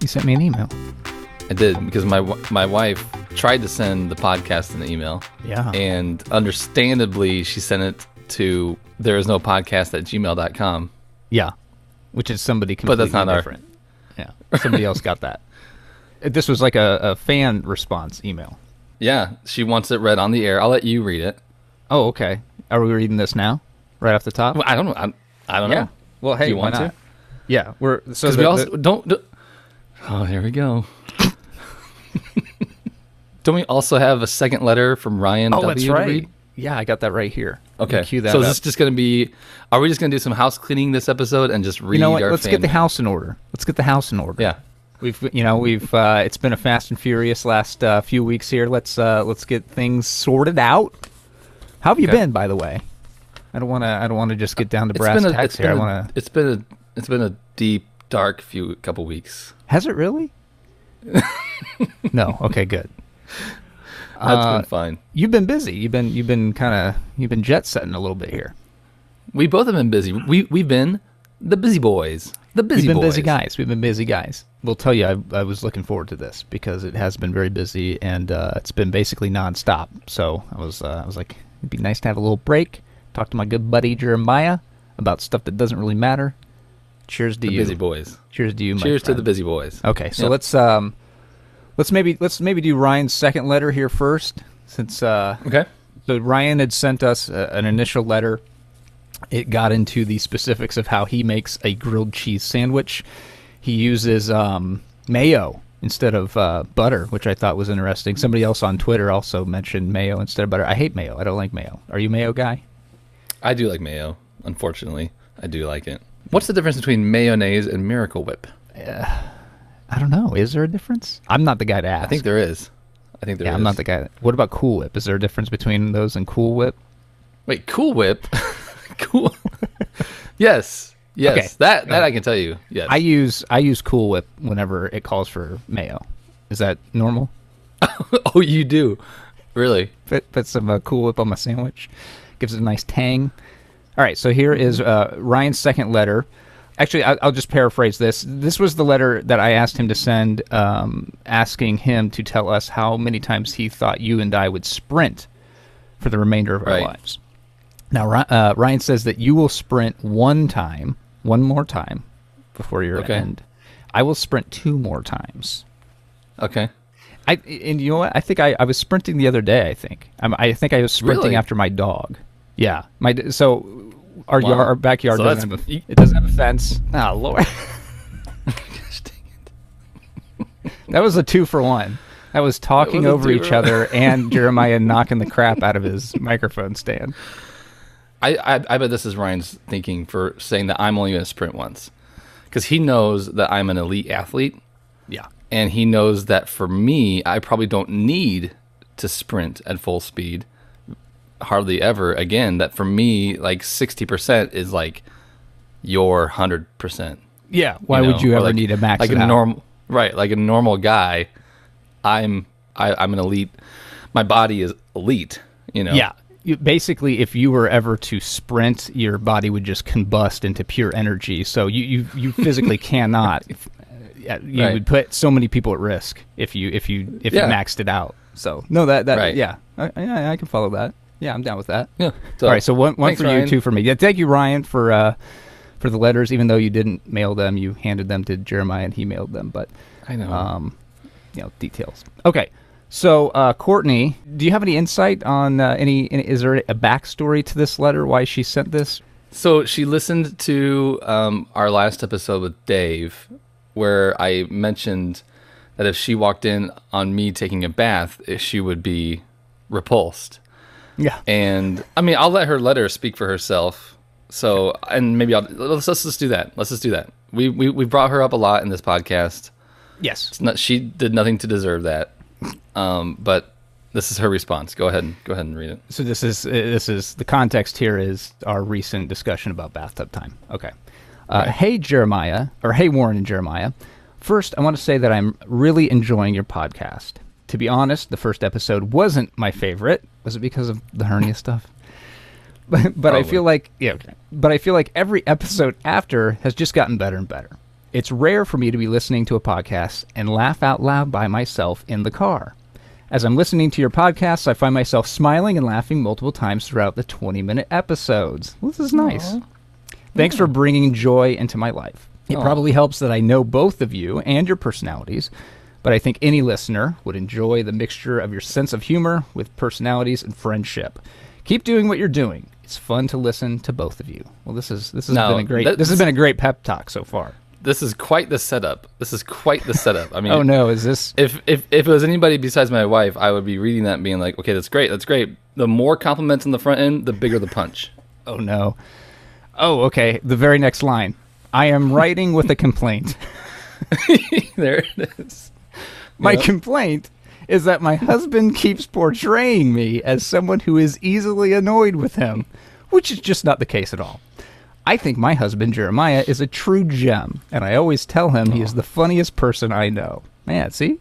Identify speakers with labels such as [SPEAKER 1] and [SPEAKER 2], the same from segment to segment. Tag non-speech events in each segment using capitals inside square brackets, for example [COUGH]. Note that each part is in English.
[SPEAKER 1] You sent me an email.
[SPEAKER 2] I did because my wi- my wife tried to send the podcast an email,
[SPEAKER 1] Yeah.
[SPEAKER 2] and understandably, she sent it to there is no podcast at gmail.com.
[SPEAKER 1] Yeah. Which is somebody
[SPEAKER 2] But
[SPEAKER 1] completely
[SPEAKER 2] that's not our-
[SPEAKER 1] different. Yeah. Somebody else got that. Uh, [LAUGHS] This was like a, a fan response email.
[SPEAKER 2] Yeah, she wants it read on the air. I'll let you read it.
[SPEAKER 1] Oh, okay. Are we reading this now? Right off the top?
[SPEAKER 2] Well, I don't know. I, I don't
[SPEAKER 1] yeah.
[SPEAKER 2] know.
[SPEAKER 1] Well, hey,
[SPEAKER 2] Do you
[SPEAKER 1] why
[SPEAKER 2] want
[SPEAKER 1] not?
[SPEAKER 2] to?
[SPEAKER 1] Yeah, we're so
[SPEAKER 2] Because
[SPEAKER 1] the-
[SPEAKER 2] we also
[SPEAKER 1] the-
[SPEAKER 2] don't, do- Oh, here we go. [LAUGHS] don't we also have a second letter from Ryan
[SPEAKER 1] Oh,
[SPEAKER 2] W
[SPEAKER 1] that's
[SPEAKER 2] to
[SPEAKER 1] right.
[SPEAKER 2] read?
[SPEAKER 1] Yeah, I got that right here. You
[SPEAKER 2] Okay.
[SPEAKER 1] Cue that
[SPEAKER 2] so
[SPEAKER 1] up.
[SPEAKER 2] is this just going to be? Are we just going to do some house cleaning this episode and just read
[SPEAKER 1] you know what?
[SPEAKER 2] our?
[SPEAKER 1] Let's
[SPEAKER 2] fan
[SPEAKER 1] get the
[SPEAKER 2] mail?
[SPEAKER 1] house in order. Let's get the house in order.
[SPEAKER 2] Yeah.
[SPEAKER 1] We've you know we've uh, it's been a fast and furious last uh, few weeks here. Let's uh, let's get things sorted out. How have you
[SPEAKER 2] Okay.
[SPEAKER 1] been, by the way? I don't want to. I don't want to just get down to brass
[SPEAKER 2] It's been a.
[SPEAKER 1] tacks
[SPEAKER 2] It's
[SPEAKER 1] here.
[SPEAKER 2] been
[SPEAKER 1] I
[SPEAKER 2] a,
[SPEAKER 1] want to.
[SPEAKER 2] it's been a. It's been a deep, dark few couple weeks.
[SPEAKER 1] Has it
[SPEAKER 2] [LAUGHS]
[SPEAKER 1] really? no. Okay. Good.
[SPEAKER 2] That's
[SPEAKER 1] Uh,
[SPEAKER 2] been fun.
[SPEAKER 1] You've been busy. You've been you've been kind of you've been jet setting a little bit here.
[SPEAKER 2] We both have been busy. We we've been the busy boys. The busy
[SPEAKER 1] We've been
[SPEAKER 2] boys.
[SPEAKER 1] busy guys. We've been busy guys. We'll tell you, I, I was looking forward to this because it has been very busy and uh, it's been basically nonstop. So I was, uh, I was like, it'd be nice to have a little break. Talk to my good buddy Jeremiah about stuff that doesn't really matter. Cheers to
[SPEAKER 2] The
[SPEAKER 1] you.
[SPEAKER 2] busy boys.
[SPEAKER 1] Cheers to you. My
[SPEAKER 2] Cheers to the
[SPEAKER 1] friend.
[SPEAKER 2] busy boys.
[SPEAKER 1] Okay, so
[SPEAKER 2] Yeah.
[SPEAKER 1] let's um, let's maybe let's maybe do Ryan's second letter here first, since uh,
[SPEAKER 2] Okay.
[SPEAKER 1] so Ryan had sent us a, an initial letter. It got into the specifics of how he makes a grilled cheese sandwich. He uses um, mayo instead of uh, butter, which I thought was interesting. Somebody else on Twitter also mentioned mayo instead of butter. I hate mayo. I don't like mayo. Are you mayo guy?
[SPEAKER 2] I do like mayo. Unfortunately, I do like it. What's the difference between mayonnaise and Miracle Whip?
[SPEAKER 1] I don't know. Is there a difference? I'm not the guy to ask.
[SPEAKER 2] I think there is. I think there
[SPEAKER 1] yeah, I'm
[SPEAKER 2] is.
[SPEAKER 1] not the guy. What about Cool Whip? Is there a difference between those and Cool Whip?
[SPEAKER 2] Wait, Cool Whip. [LAUGHS] cool. yes. Yes.
[SPEAKER 1] Okay.
[SPEAKER 2] That that I can tell you. Yes.
[SPEAKER 1] I use I use Cool Whip whenever it calls for mayo. Is that normal?
[SPEAKER 2] oh, you do. Really?
[SPEAKER 1] put, put some uh, Cool Whip on my sandwich. Gives it a nice tang. All right, so here is uh,
[SPEAKER 2] Mm-hmm.
[SPEAKER 1] Ryan's second letter. Actually, I, I'll just paraphrase this. This was the letter that I asked him to send, um, asking him to tell us how many times he thought you and I would sprint for the remainder of
[SPEAKER 2] Right.
[SPEAKER 1] our lives. Now, Ry- uh, Ryan says that you will sprint one time, one more time before your
[SPEAKER 2] Okay.
[SPEAKER 1] end. I will sprint two more times.
[SPEAKER 2] Okay.
[SPEAKER 1] I and you know what? I think I, I was sprinting the other day. I think i I think I was sprinting
[SPEAKER 2] Really?
[SPEAKER 1] after my dog. Yeah, my d- so our
[SPEAKER 2] Wow.
[SPEAKER 1] yard, our backyard
[SPEAKER 2] So
[SPEAKER 1] doesn't
[SPEAKER 2] that's- Oh,
[SPEAKER 1] have a, it doesn't have a
[SPEAKER 2] [LAUGHS]
[SPEAKER 1] fence. Ah, lord, [LAUGHS] that was a two for one. That was talking
[SPEAKER 2] was a
[SPEAKER 1] over
[SPEAKER 2] two
[SPEAKER 1] each
[SPEAKER 2] for one.
[SPEAKER 1] other
[SPEAKER 2] [LAUGHS]
[SPEAKER 1] and Jeremiah knocking the crap out of his microphone stand.
[SPEAKER 2] I, I I bet this is Ryan's thinking for saying that I'm only going to sprint once, because he knows that I'm an elite athlete,
[SPEAKER 1] Yeah,
[SPEAKER 2] and he knows that for me, I probably don't need to sprint at full speed, hardly ever. Again, that for me, like sixty percent is like your hundred percent.
[SPEAKER 1] yeah. Why
[SPEAKER 2] know,
[SPEAKER 1] would you
[SPEAKER 2] or
[SPEAKER 1] ever
[SPEAKER 2] like-
[SPEAKER 1] need a max?
[SPEAKER 2] like
[SPEAKER 1] it
[SPEAKER 2] a
[SPEAKER 1] out?
[SPEAKER 2] normal right like a normal guy i'm I, i'm an elite my body is elite you know
[SPEAKER 1] Yeah. You, basically, if you were ever to sprint, your body would just combust into pure energy. So you you, [LAUGHS] you physically cannot. yeah, You
[SPEAKER 2] Right.
[SPEAKER 1] would put so many people at risk if you if you if
[SPEAKER 2] Yeah.
[SPEAKER 1] you maxed it out. So no, that that
[SPEAKER 2] Right.
[SPEAKER 1] yeah, I, I, I can follow that. Yeah, I'm down with that.
[SPEAKER 2] yeah
[SPEAKER 1] All right, so one one
[SPEAKER 2] thanks,
[SPEAKER 1] for
[SPEAKER 2] Ryan.
[SPEAKER 1] you, two for me. Yeah, thank you, Ryan, for uh, for the letters. Even though you didn't mail them, you handed them to Jeremiah and he mailed them. But
[SPEAKER 2] i know
[SPEAKER 1] um, you know details. Okay, so uh, Courtney, do you have any insight on uh, any, any? Is there a backstory to this letter? Why she sent this?
[SPEAKER 2] so she listened to um, our last episode with dave where i mentioned that if she walked in on me taking a bath eh, she would be repulsed
[SPEAKER 1] Yeah,
[SPEAKER 2] and I mean, I'll let her letter speak for herself. So, and maybe I'll let's, let's just do that. Let's just do that. We, we we brought her up a lot in this podcast.
[SPEAKER 1] yes.
[SPEAKER 2] It's not, she did nothing to deserve that. Um, but this is her response. Go ahead and go ahead and read it.
[SPEAKER 1] So this is eh, this is the context here is our recent discussion about bathtub time. Okay. Uh, Hey Jeremiah, or hey Warren and Jeremiah. First, I want to say that I'm really enjoying your podcast. To be honest, the first episode wasn't my favorite. Was it because of the hernia stuff? [LAUGHS] but, but I
[SPEAKER 2] Probably.
[SPEAKER 1] feel like yeah, but I feel like every episode after has just gotten better and better. It's rare for me to be listening to a podcast and laugh out loud by myself in the car. As I'm listening to your podcasts, I find myself smiling and laughing multiple times throughout the 20 minute episodes. Well, this is nice. Thanks for bringing joy into my life. It
[SPEAKER 2] Aw.
[SPEAKER 1] probably helps that I know both of you and your personalities, but I think any listener would enjoy the mixture of your sense of humor with personalities and friendship. Keep doing what you're doing. It's fun to listen to both of you. Well, this is this has
[SPEAKER 2] No,
[SPEAKER 1] been a great
[SPEAKER 2] that-
[SPEAKER 1] this has been a great pep talk so far.
[SPEAKER 2] This is quite the setup. This is quite the setup. I mean,
[SPEAKER 1] Oh no, is this
[SPEAKER 2] if if if it was anybody besides my wife, I would be reading that and being like, okay, that's great, that's great. The more compliments on the front end, the bigger the punch. [LAUGHS]
[SPEAKER 1] Oh no. Oh, okay. The very next line. I am writing with a complaint.
[SPEAKER 2] there it is.
[SPEAKER 1] My
[SPEAKER 2] Yep.
[SPEAKER 1] complaint is that my husband keeps portraying me as someone who is easily annoyed with him, which is just not the case at all. I think my husband Jeremiah is a true gem, and I always tell him he is the funniest person I know. Man, see?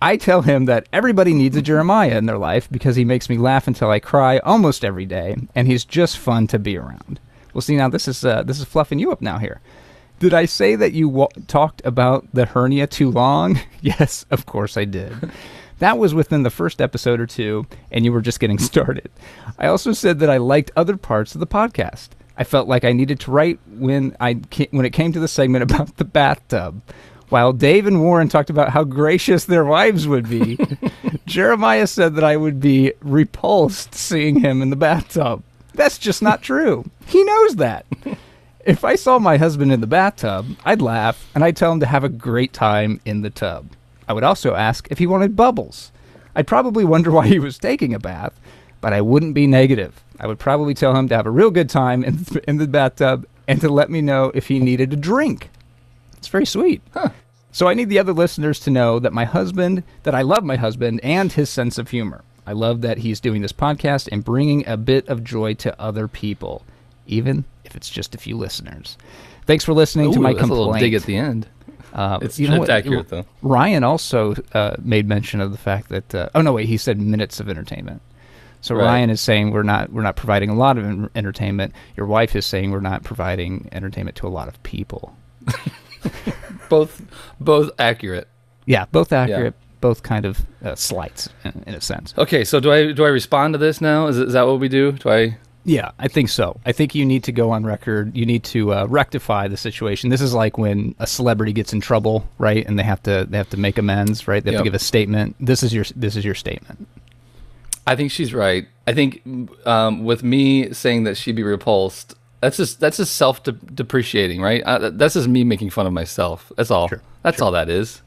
[SPEAKER 1] I tell him that everybody needs a Jeremiah in their life because he makes me laugh until I cry almost every day, and he's just fun to be around. Well, see now this is uh, this is fluffing you up now here. Did I say that you wa- talked about the hernia too long? [LAUGHS] yes, of course I did. That was within the first episode or two, and you were just getting started. I also said that I liked other parts of the podcast. I felt like I needed to write when I ca- when it came to the segment about the bathtub. While Dave and Warren talked about how gracious their wives would be, Jeremiah said that I would be repulsed seeing him in the bathtub. That's just not true. He knows that. If I saw my husband in the bathtub, I'd laugh and I'd tell him to have a great time in the tub. I would also ask if he wanted bubbles. I'd probably wonder why he was taking a bath, but I wouldn't be negative. I would probably tell him to have a real good time in, in the bathtub and to let me know if he needed a drink. It's very sweet. So I need the other listeners to know that my husband, that I love my husband and his sense of humor. I love that he's doing this podcast and bringing a bit of joy to other people, even if it's just a few listeners. Thanks for listening to
[SPEAKER 2] Ooh,
[SPEAKER 1] my
[SPEAKER 2] that's a little dig
[SPEAKER 1] complaint.
[SPEAKER 2] at the end.
[SPEAKER 1] Uh,
[SPEAKER 2] It's-
[SPEAKER 1] you know
[SPEAKER 2] it's
[SPEAKER 1] what?
[SPEAKER 2] accurate, though.
[SPEAKER 1] Ryan also uh, made mention of the fact that uh, oh no wait he said minutes of entertainment. So
[SPEAKER 2] Right.
[SPEAKER 1] Ryan is saying we're not we're not providing a lot of en- entertainment. Your wife is saying we're not providing entertainment to a lot of people.
[SPEAKER 2] Both both accurate.
[SPEAKER 1] Yeah, both accurate, both kind of uh, slights in, in a sense.
[SPEAKER 2] Okay, so do I do I respond to this now? Is, is that what we do? Do I?
[SPEAKER 1] Yeah, I think so. I think you need to go on record. You need to uh, rectify the situation. This is like when a celebrity gets in trouble, right? And they have to they have to make amends, right? They have
[SPEAKER 2] Yep.
[SPEAKER 1] to give a statement. This is your this is your statement.
[SPEAKER 2] I think she's right. I think um, with me saying that she'd be repulsed, that's just that's just self de- depreciating, right? Uh, that's just me making fun of myself. That's all.
[SPEAKER 1] Sure,
[SPEAKER 2] That's all that is.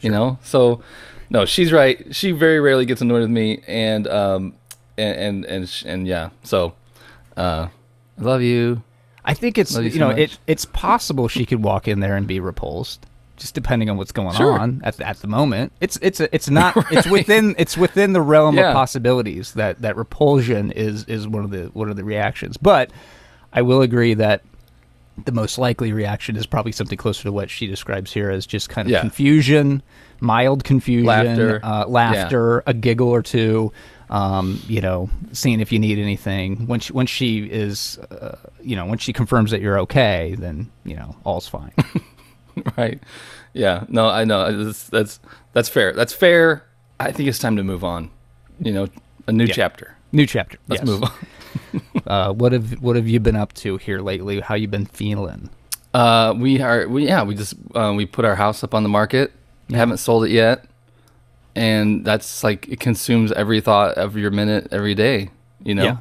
[SPEAKER 2] You know. So, no, she's right. She very rarely gets annoyed with me, and um, and and and, sh- and yeah. So, uh, I love you. [LAUGHS]
[SPEAKER 1] I think it's
[SPEAKER 2] Love you
[SPEAKER 1] you,
[SPEAKER 2] so
[SPEAKER 1] know
[SPEAKER 2] much.
[SPEAKER 1] it, it's possible she could walk in there and be repulsed, just depending on what's going
[SPEAKER 2] Sure.
[SPEAKER 1] on at, at the moment. It's it's
[SPEAKER 2] [LAUGHS]
[SPEAKER 1] it's not it's within it's within the realm
[SPEAKER 2] Yeah.
[SPEAKER 1] of possibilities that that repulsion is is one of the one of the reactions. But I will agree that the most likely reaction is probably something closer to what she describes here as just kind of
[SPEAKER 2] Yeah.
[SPEAKER 1] confusion, mild confusion,
[SPEAKER 2] Laughter.
[SPEAKER 1] uh,
[SPEAKER 2] Yeah.
[SPEAKER 1] laughter, a giggle or two. Um, you know, seeing if you need anything. Once she, once she is, uh, you know, once she confirms that you're okay, then you know all's
[SPEAKER 2] [LAUGHS]
[SPEAKER 1] fine.
[SPEAKER 2] right yeah no i know that's that's that's fair that's fair i think it's time to move on you know a new chapter
[SPEAKER 1] New chapter.
[SPEAKER 2] let's
[SPEAKER 1] yes.
[SPEAKER 2] move on
[SPEAKER 1] [LAUGHS] Uh, what have what have you been up to here lately? How you been feeling?
[SPEAKER 2] uh we are we yeah we just uh, we put our house up on the market haven't sold it yet and that's like it consumes every thought of your minute every day you know
[SPEAKER 1] Yeah.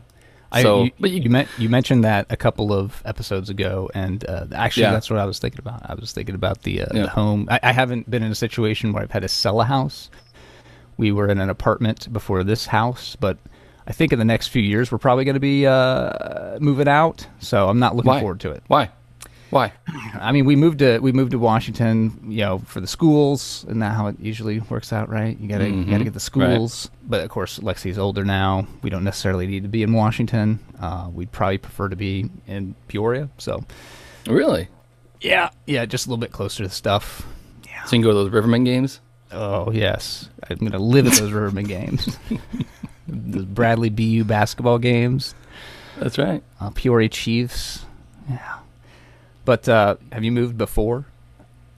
[SPEAKER 1] I,
[SPEAKER 2] so
[SPEAKER 1] you,
[SPEAKER 2] but
[SPEAKER 1] you,
[SPEAKER 2] you,
[SPEAKER 1] men- you mentioned that a couple of episodes ago, and uh, actually,
[SPEAKER 2] Yeah.
[SPEAKER 1] that's what I was thinking about. I was thinking about the, uh,
[SPEAKER 2] Yeah.
[SPEAKER 1] the home. I, I haven't been in a situation where I've had to sell a house. We were in an apartment before this house, but I think in the next few years we're probably going to be uh, moving out. So I'm not looking
[SPEAKER 2] why
[SPEAKER 1] forward to it.
[SPEAKER 2] why why
[SPEAKER 1] I mean, we moved to we moved to Washington, you know, for the schools, and that how it usually works out, right? You gotta you gotta get the
[SPEAKER 2] Mm-hmm. Right.
[SPEAKER 1] schools, but of course, Lexi's older now. We don't necessarily need to be in Washington. Uh, we'd probably prefer to be in Peoria. So,
[SPEAKER 2] really
[SPEAKER 1] yeah, yeah, just a little bit closer to stuff.
[SPEAKER 2] so you can go to those rivermen games
[SPEAKER 1] Oh yes, I'm gonna live at those Riverman games, [LAUGHS] the Bradley BU basketball games,
[SPEAKER 2] that's right
[SPEAKER 1] uh, Peoria Chiefs. Yeah, but uh, have you moved before?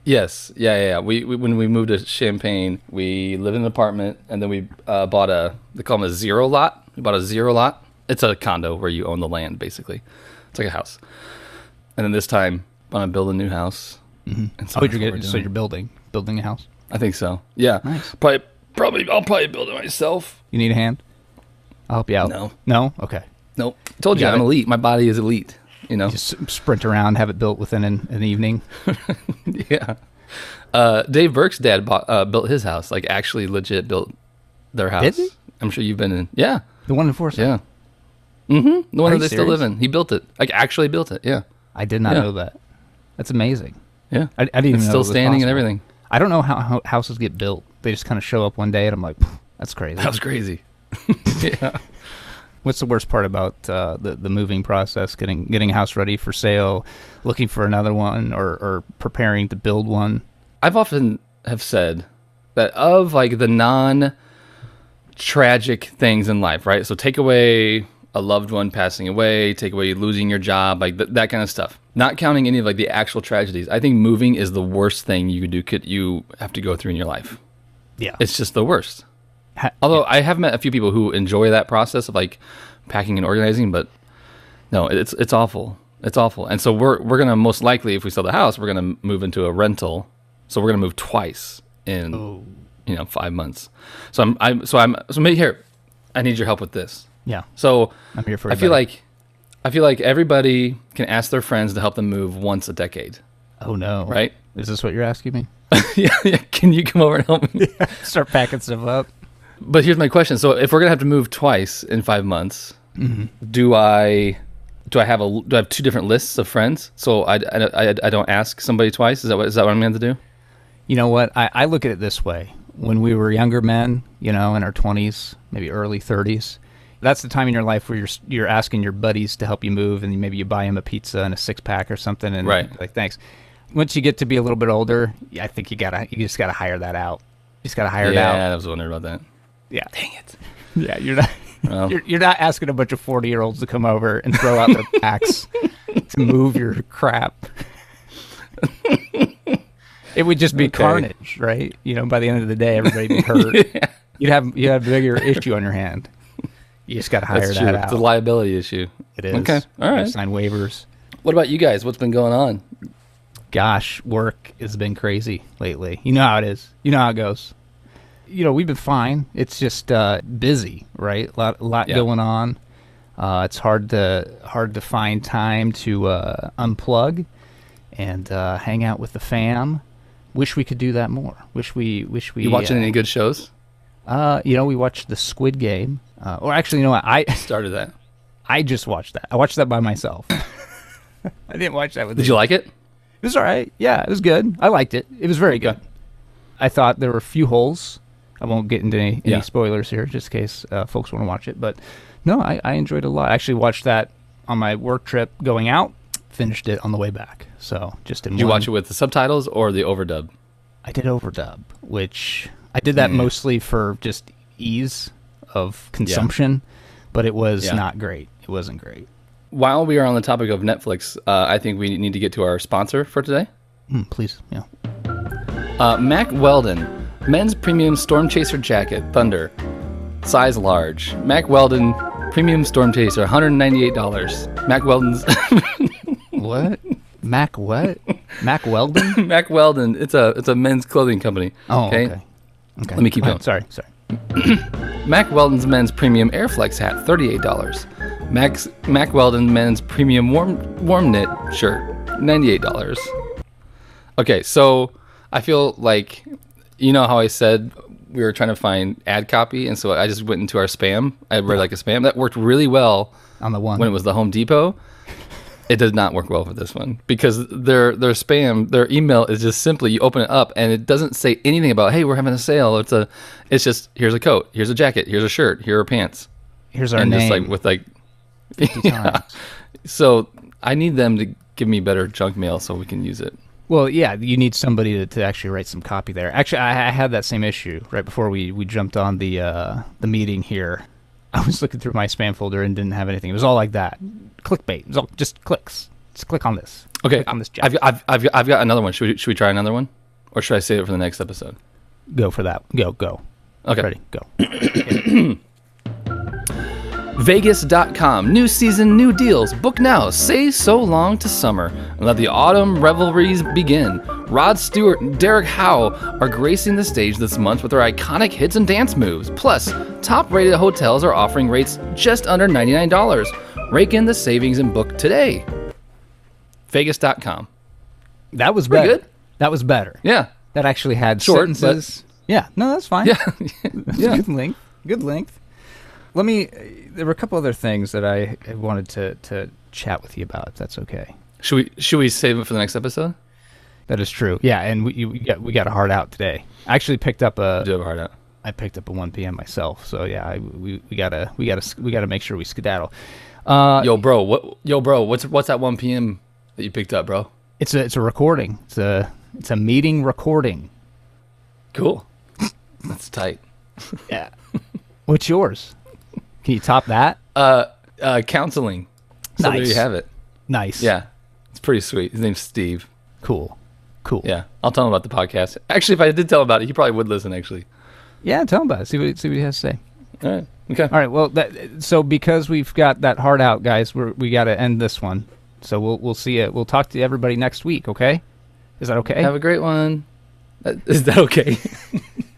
[SPEAKER 2] Yes. Yeah, yeah. yeah. We, we when we moved to Champagne, we lived in an apartment, and then we uh, bought a they call them a zero lot. We bought a zero lot. It's a condo where you own the land, basically. It's like a house. And then this time, I'm gonna build a new house.
[SPEAKER 1] Oh,
[SPEAKER 2] And that's
[SPEAKER 1] you're
[SPEAKER 2] what we're
[SPEAKER 1] getting, so
[SPEAKER 2] doing.
[SPEAKER 1] you're building building a house.
[SPEAKER 2] I think so. Yeah.
[SPEAKER 1] Nice.
[SPEAKER 2] Probably, probably. I'll probably build it myself.
[SPEAKER 1] You need a hand? I'll help you out.
[SPEAKER 2] No.
[SPEAKER 1] No? Okay.
[SPEAKER 2] Nope. Told you,
[SPEAKER 1] Got
[SPEAKER 2] I'm
[SPEAKER 1] it.
[SPEAKER 2] elite. My body is elite. You know.
[SPEAKER 1] Just s- sprint around, have it built within an, an evening.
[SPEAKER 2] [LAUGHS] yeah. Uh, Dave Burke's dad bought, uh, built his house. Like actually, legit built their house.
[SPEAKER 1] he?
[SPEAKER 2] I'm sure you've been in. Yeah.
[SPEAKER 1] The one in Forsyth.
[SPEAKER 2] Yeah. Mm-hmm. The one
[SPEAKER 1] Are
[SPEAKER 2] that
[SPEAKER 1] you
[SPEAKER 2] they still live
[SPEAKER 1] serious?
[SPEAKER 2] in. He built it. Like actually built it. Yeah.
[SPEAKER 1] I did not
[SPEAKER 2] Yeah.
[SPEAKER 1] know that. That's amazing.
[SPEAKER 2] Yeah.
[SPEAKER 1] I, I didn't even
[SPEAKER 2] it's
[SPEAKER 1] know
[SPEAKER 2] still
[SPEAKER 1] it was
[SPEAKER 2] standing and
[SPEAKER 1] possible. [LAUGHS]
[SPEAKER 2] everything.
[SPEAKER 1] I don't know how, how houses get built. They just kind of show up one day, and I'm like, "Phew, that's crazy.
[SPEAKER 2] [LAUGHS] That was crazy. yeah.
[SPEAKER 1] What's the worst part about uh, the the moving process? Getting getting a house ready for sale, looking for another one, or or preparing to build one.
[SPEAKER 2] I've often have said that of like the non tragic things in life, right? So take away a loved one passing away, take away losing your job, like th- that kind of stuff. Not counting any of like the actual tragedies. I think moving is the worst thing you could do could you have to go through in your life.
[SPEAKER 1] Yeah.
[SPEAKER 2] It's just the worst.
[SPEAKER 1] Ha-
[SPEAKER 2] Although I have met a few people who enjoy that process of like packing and organizing, but no, it's it's awful. It's awful. And so we're we're gonna most likely, if we sell the house, we're gonna move into a rental. So we're gonna move twice in you know five months. So I'm I'm so I'm so maybe here. I need your help with this.
[SPEAKER 1] yeah.
[SPEAKER 2] So
[SPEAKER 1] I'm here for.
[SPEAKER 2] I
[SPEAKER 1] it,
[SPEAKER 2] feel
[SPEAKER 1] buddy.
[SPEAKER 2] like I feel like everybody can ask their friends to help them move once a decade, [LAUGHS]
[SPEAKER 1] oh no,
[SPEAKER 2] right?
[SPEAKER 1] Is this what you're asking me?
[SPEAKER 2] yeah, yeah. Can you come over and help me?
[SPEAKER 1] Start packing stuff up.
[SPEAKER 2] But here's my question: So, if we're gonna have to move twice in five months, do I do I have a do I have two different lists of friends? So I, I, I, I don't ask somebody twice. Is that what is that what I'm gonna have to do?
[SPEAKER 1] You know what? I, I look at it this way. When we were younger men, you know, in our 20s, maybe early 30s, that's the time in your life where you're s- you're asking your buddies to help you move, and maybe you buy him a pizza and a six pack or something, and
[SPEAKER 2] Right.
[SPEAKER 1] like thanks. Once you get to be a little bit older, I think you gotta you just gotta hire that out. You just gotta hire
[SPEAKER 2] yeah,
[SPEAKER 1] it out.
[SPEAKER 2] I was wondering about that.
[SPEAKER 1] Yeah,
[SPEAKER 2] Dang it!
[SPEAKER 1] yeah. You're not
[SPEAKER 2] Well.
[SPEAKER 1] you're, you're not asking a bunch of 40 year olds to come over and throw out
[SPEAKER 2] [LAUGHS]
[SPEAKER 1] their packs to move your crap. it would just be
[SPEAKER 2] Okay.
[SPEAKER 1] carnage, right? You know, by the end of the day, everybody would be
[SPEAKER 2] [LAUGHS]
[SPEAKER 1] hurt. You'd have you have a bigger issue on your hand. You just got to hire
[SPEAKER 2] That's true.
[SPEAKER 1] that
[SPEAKER 2] It's a
[SPEAKER 1] out.
[SPEAKER 2] liability issue.
[SPEAKER 1] It is.
[SPEAKER 2] Okay. All
[SPEAKER 1] You gotta
[SPEAKER 2] right.
[SPEAKER 1] Sign waivers.
[SPEAKER 2] What about you guys? What's been going on?
[SPEAKER 1] gosh, work has been crazy lately. You know how it is. You know how it goes. You know, we've been fine. It's just uh, busy, right? A lot, a lot
[SPEAKER 2] Yeah.
[SPEAKER 1] going on. Uh, it's hard to hard to find time to uh, unplug and uh, hang out with the fam. Wish we could do that more. Wish we wish we
[SPEAKER 2] You watching
[SPEAKER 1] uh,
[SPEAKER 2] any good shows?
[SPEAKER 1] Uh, you know, we watched the Squid Game. Uh, or actually, you know what? I
[SPEAKER 2] Started that.
[SPEAKER 1] I just watched that. I watched that by myself. [LAUGHS] I didn't watch that with
[SPEAKER 2] Did you like it?
[SPEAKER 1] it was all right. Yeah, it was good. I liked it. It was very good. I thought there were a few holes. I won't get into any,
[SPEAKER 2] Yeah.
[SPEAKER 1] any spoilers here, just in case uh, folks want to watch it. But no, I, I enjoyed it a lot. I actually watched that on my work trip going out. Finished it on the way back. So just in
[SPEAKER 2] Did you
[SPEAKER 1] one,
[SPEAKER 2] watch it with the subtitles or the overdub?
[SPEAKER 1] I did overdub, which I did
[SPEAKER 2] Hmm.
[SPEAKER 1] that mostly for just ease of consumption. But it was
[SPEAKER 2] Yeah.
[SPEAKER 1] not great. It wasn't great.
[SPEAKER 2] While we are on the topic of Netflix, uh, I think we need to get to our sponsor for today. Hmm,
[SPEAKER 1] Mm, please, yeah.
[SPEAKER 2] Uh, Mac Weldon, men's premium storm chaser jacket, Thunder, size large. Mac Weldon, premium storm chaser, $198. Mac Weldon's [LAUGHS]
[SPEAKER 1] What? Mac? What? Mac Weldon?
[SPEAKER 2] Mac Weldon. It's a it's a men's clothing company.
[SPEAKER 1] Oh, okay. Okay.
[SPEAKER 2] Let me keep
[SPEAKER 1] Go ahead.
[SPEAKER 2] going.
[SPEAKER 1] Sorry, sorry.
[SPEAKER 2] Mac Weldon's men's premium Airflex hat, $38. Mac's, Mac Weldon men's premium warm warm knit shirt, $98. Okay, so I feel like you know how I said we were trying to find ad copy and so I just went into our spam. I read like a spam. That worked really well
[SPEAKER 1] On the one.
[SPEAKER 2] when it was the Home Depot. It does not work well for this one because their their spam their email is just simply you open it up and it doesn't say anything about hey we're having a sale it's a it's just here's a coat here's a jacket here's a shirt here are pants
[SPEAKER 1] Here's our
[SPEAKER 2] and
[SPEAKER 1] name.
[SPEAKER 2] just like with like [LAUGHS]
[SPEAKER 1] 50 times.
[SPEAKER 2] so I need them to give me better junk mail so we can use it
[SPEAKER 1] Well, yeah, you need somebody to, to actually write some copy there. Actually, I, I had that same issue right before we, we jumped on the uh, the meeting here. [LAUGHS] I was looking through my spam folder and didn't have anything. It was all like that, clickbait. It was all just clicks. Let's click on this.
[SPEAKER 2] Okay,
[SPEAKER 1] Click on this jack.
[SPEAKER 2] I've, I've, I've, I've got another one. Should we, should we try another one, or should I save it for the next episode?
[SPEAKER 1] Go for that. Go, go.
[SPEAKER 2] Okay.
[SPEAKER 1] Ready, go. [CLEARS THROAT]
[SPEAKER 2] Vegas.com. New season, new deals. Book now. Say so long to summer. And let the autumn revelries begin. Rod Stewart and Derek Howe are gracing the stage this month with their iconic hits and dance moves. Plus, top rated hotels are offering rates just under $99. Rake in the savings and book today. Vegas.com.
[SPEAKER 1] That was
[SPEAKER 2] Pretty
[SPEAKER 1] better.
[SPEAKER 2] good.
[SPEAKER 1] That was better.
[SPEAKER 2] Yeah.
[SPEAKER 1] That actually had
[SPEAKER 2] Short, but-
[SPEAKER 1] sentences. Yeah, no, [LAUGHS] that's fine.
[SPEAKER 2] Yeah. [LAUGHS] yeah.
[SPEAKER 1] good length. Good length. Let me. There were a couple other things that I wanted to to chat with you about, if that's okay.
[SPEAKER 2] Should we should we save it for the next episode?
[SPEAKER 1] That is true. Yeah, and we you, we got we got a hard out today. I actually picked up a
[SPEAKER 2] Do have a hard out.
[SPEAKER 1] I picked up a 1 p.m. myself. So yeah, I, we we gotta we gotta we gotta make sure we skedaddle. Uh,
[SPEAKER 2] Yo, bro. What? Yo, bro. What's what's that 1 p.m. that you picked up, bro?
[SPEAKER 1] it's a it's a recording. It's a it's a meeting recording.
[SPEAKER 2] Cool. [LAUGHS] That's tight.
[SPEAKER 1] Yeah. [LAUGHS] What's yours? Can you top that?
[SPEAKER 2] Uh, uh, counseling. So there
[SPEAKER 1] Nice.
[SPEAKER 2] you have it.
[SPEAKER 1] Nice.
[SPEAKER 2] Yeah, it's pretty sweet. His name's Steve.
[SPEAKER 1] Cool. Cool.
[SPEAKER 2] Yeah, I'll tell him about the podcast. Actually, if I did tell him about it, he probably would listen. Actually.
[SPEAKER 1] Yeah. Tell him about it. See what see what he has to say.
[SPEAKER 2] All right. Okay.
[SPEAKER 1] All right. Well, that, so because we've got that hard out, guys, we're, we got to end this one. So we'll we'll see you. We'll talk to everybody next week. Okay? Is that okay?
[SPEAKER 2] Have a great one. Uh, Is that okay? [LAUGHS]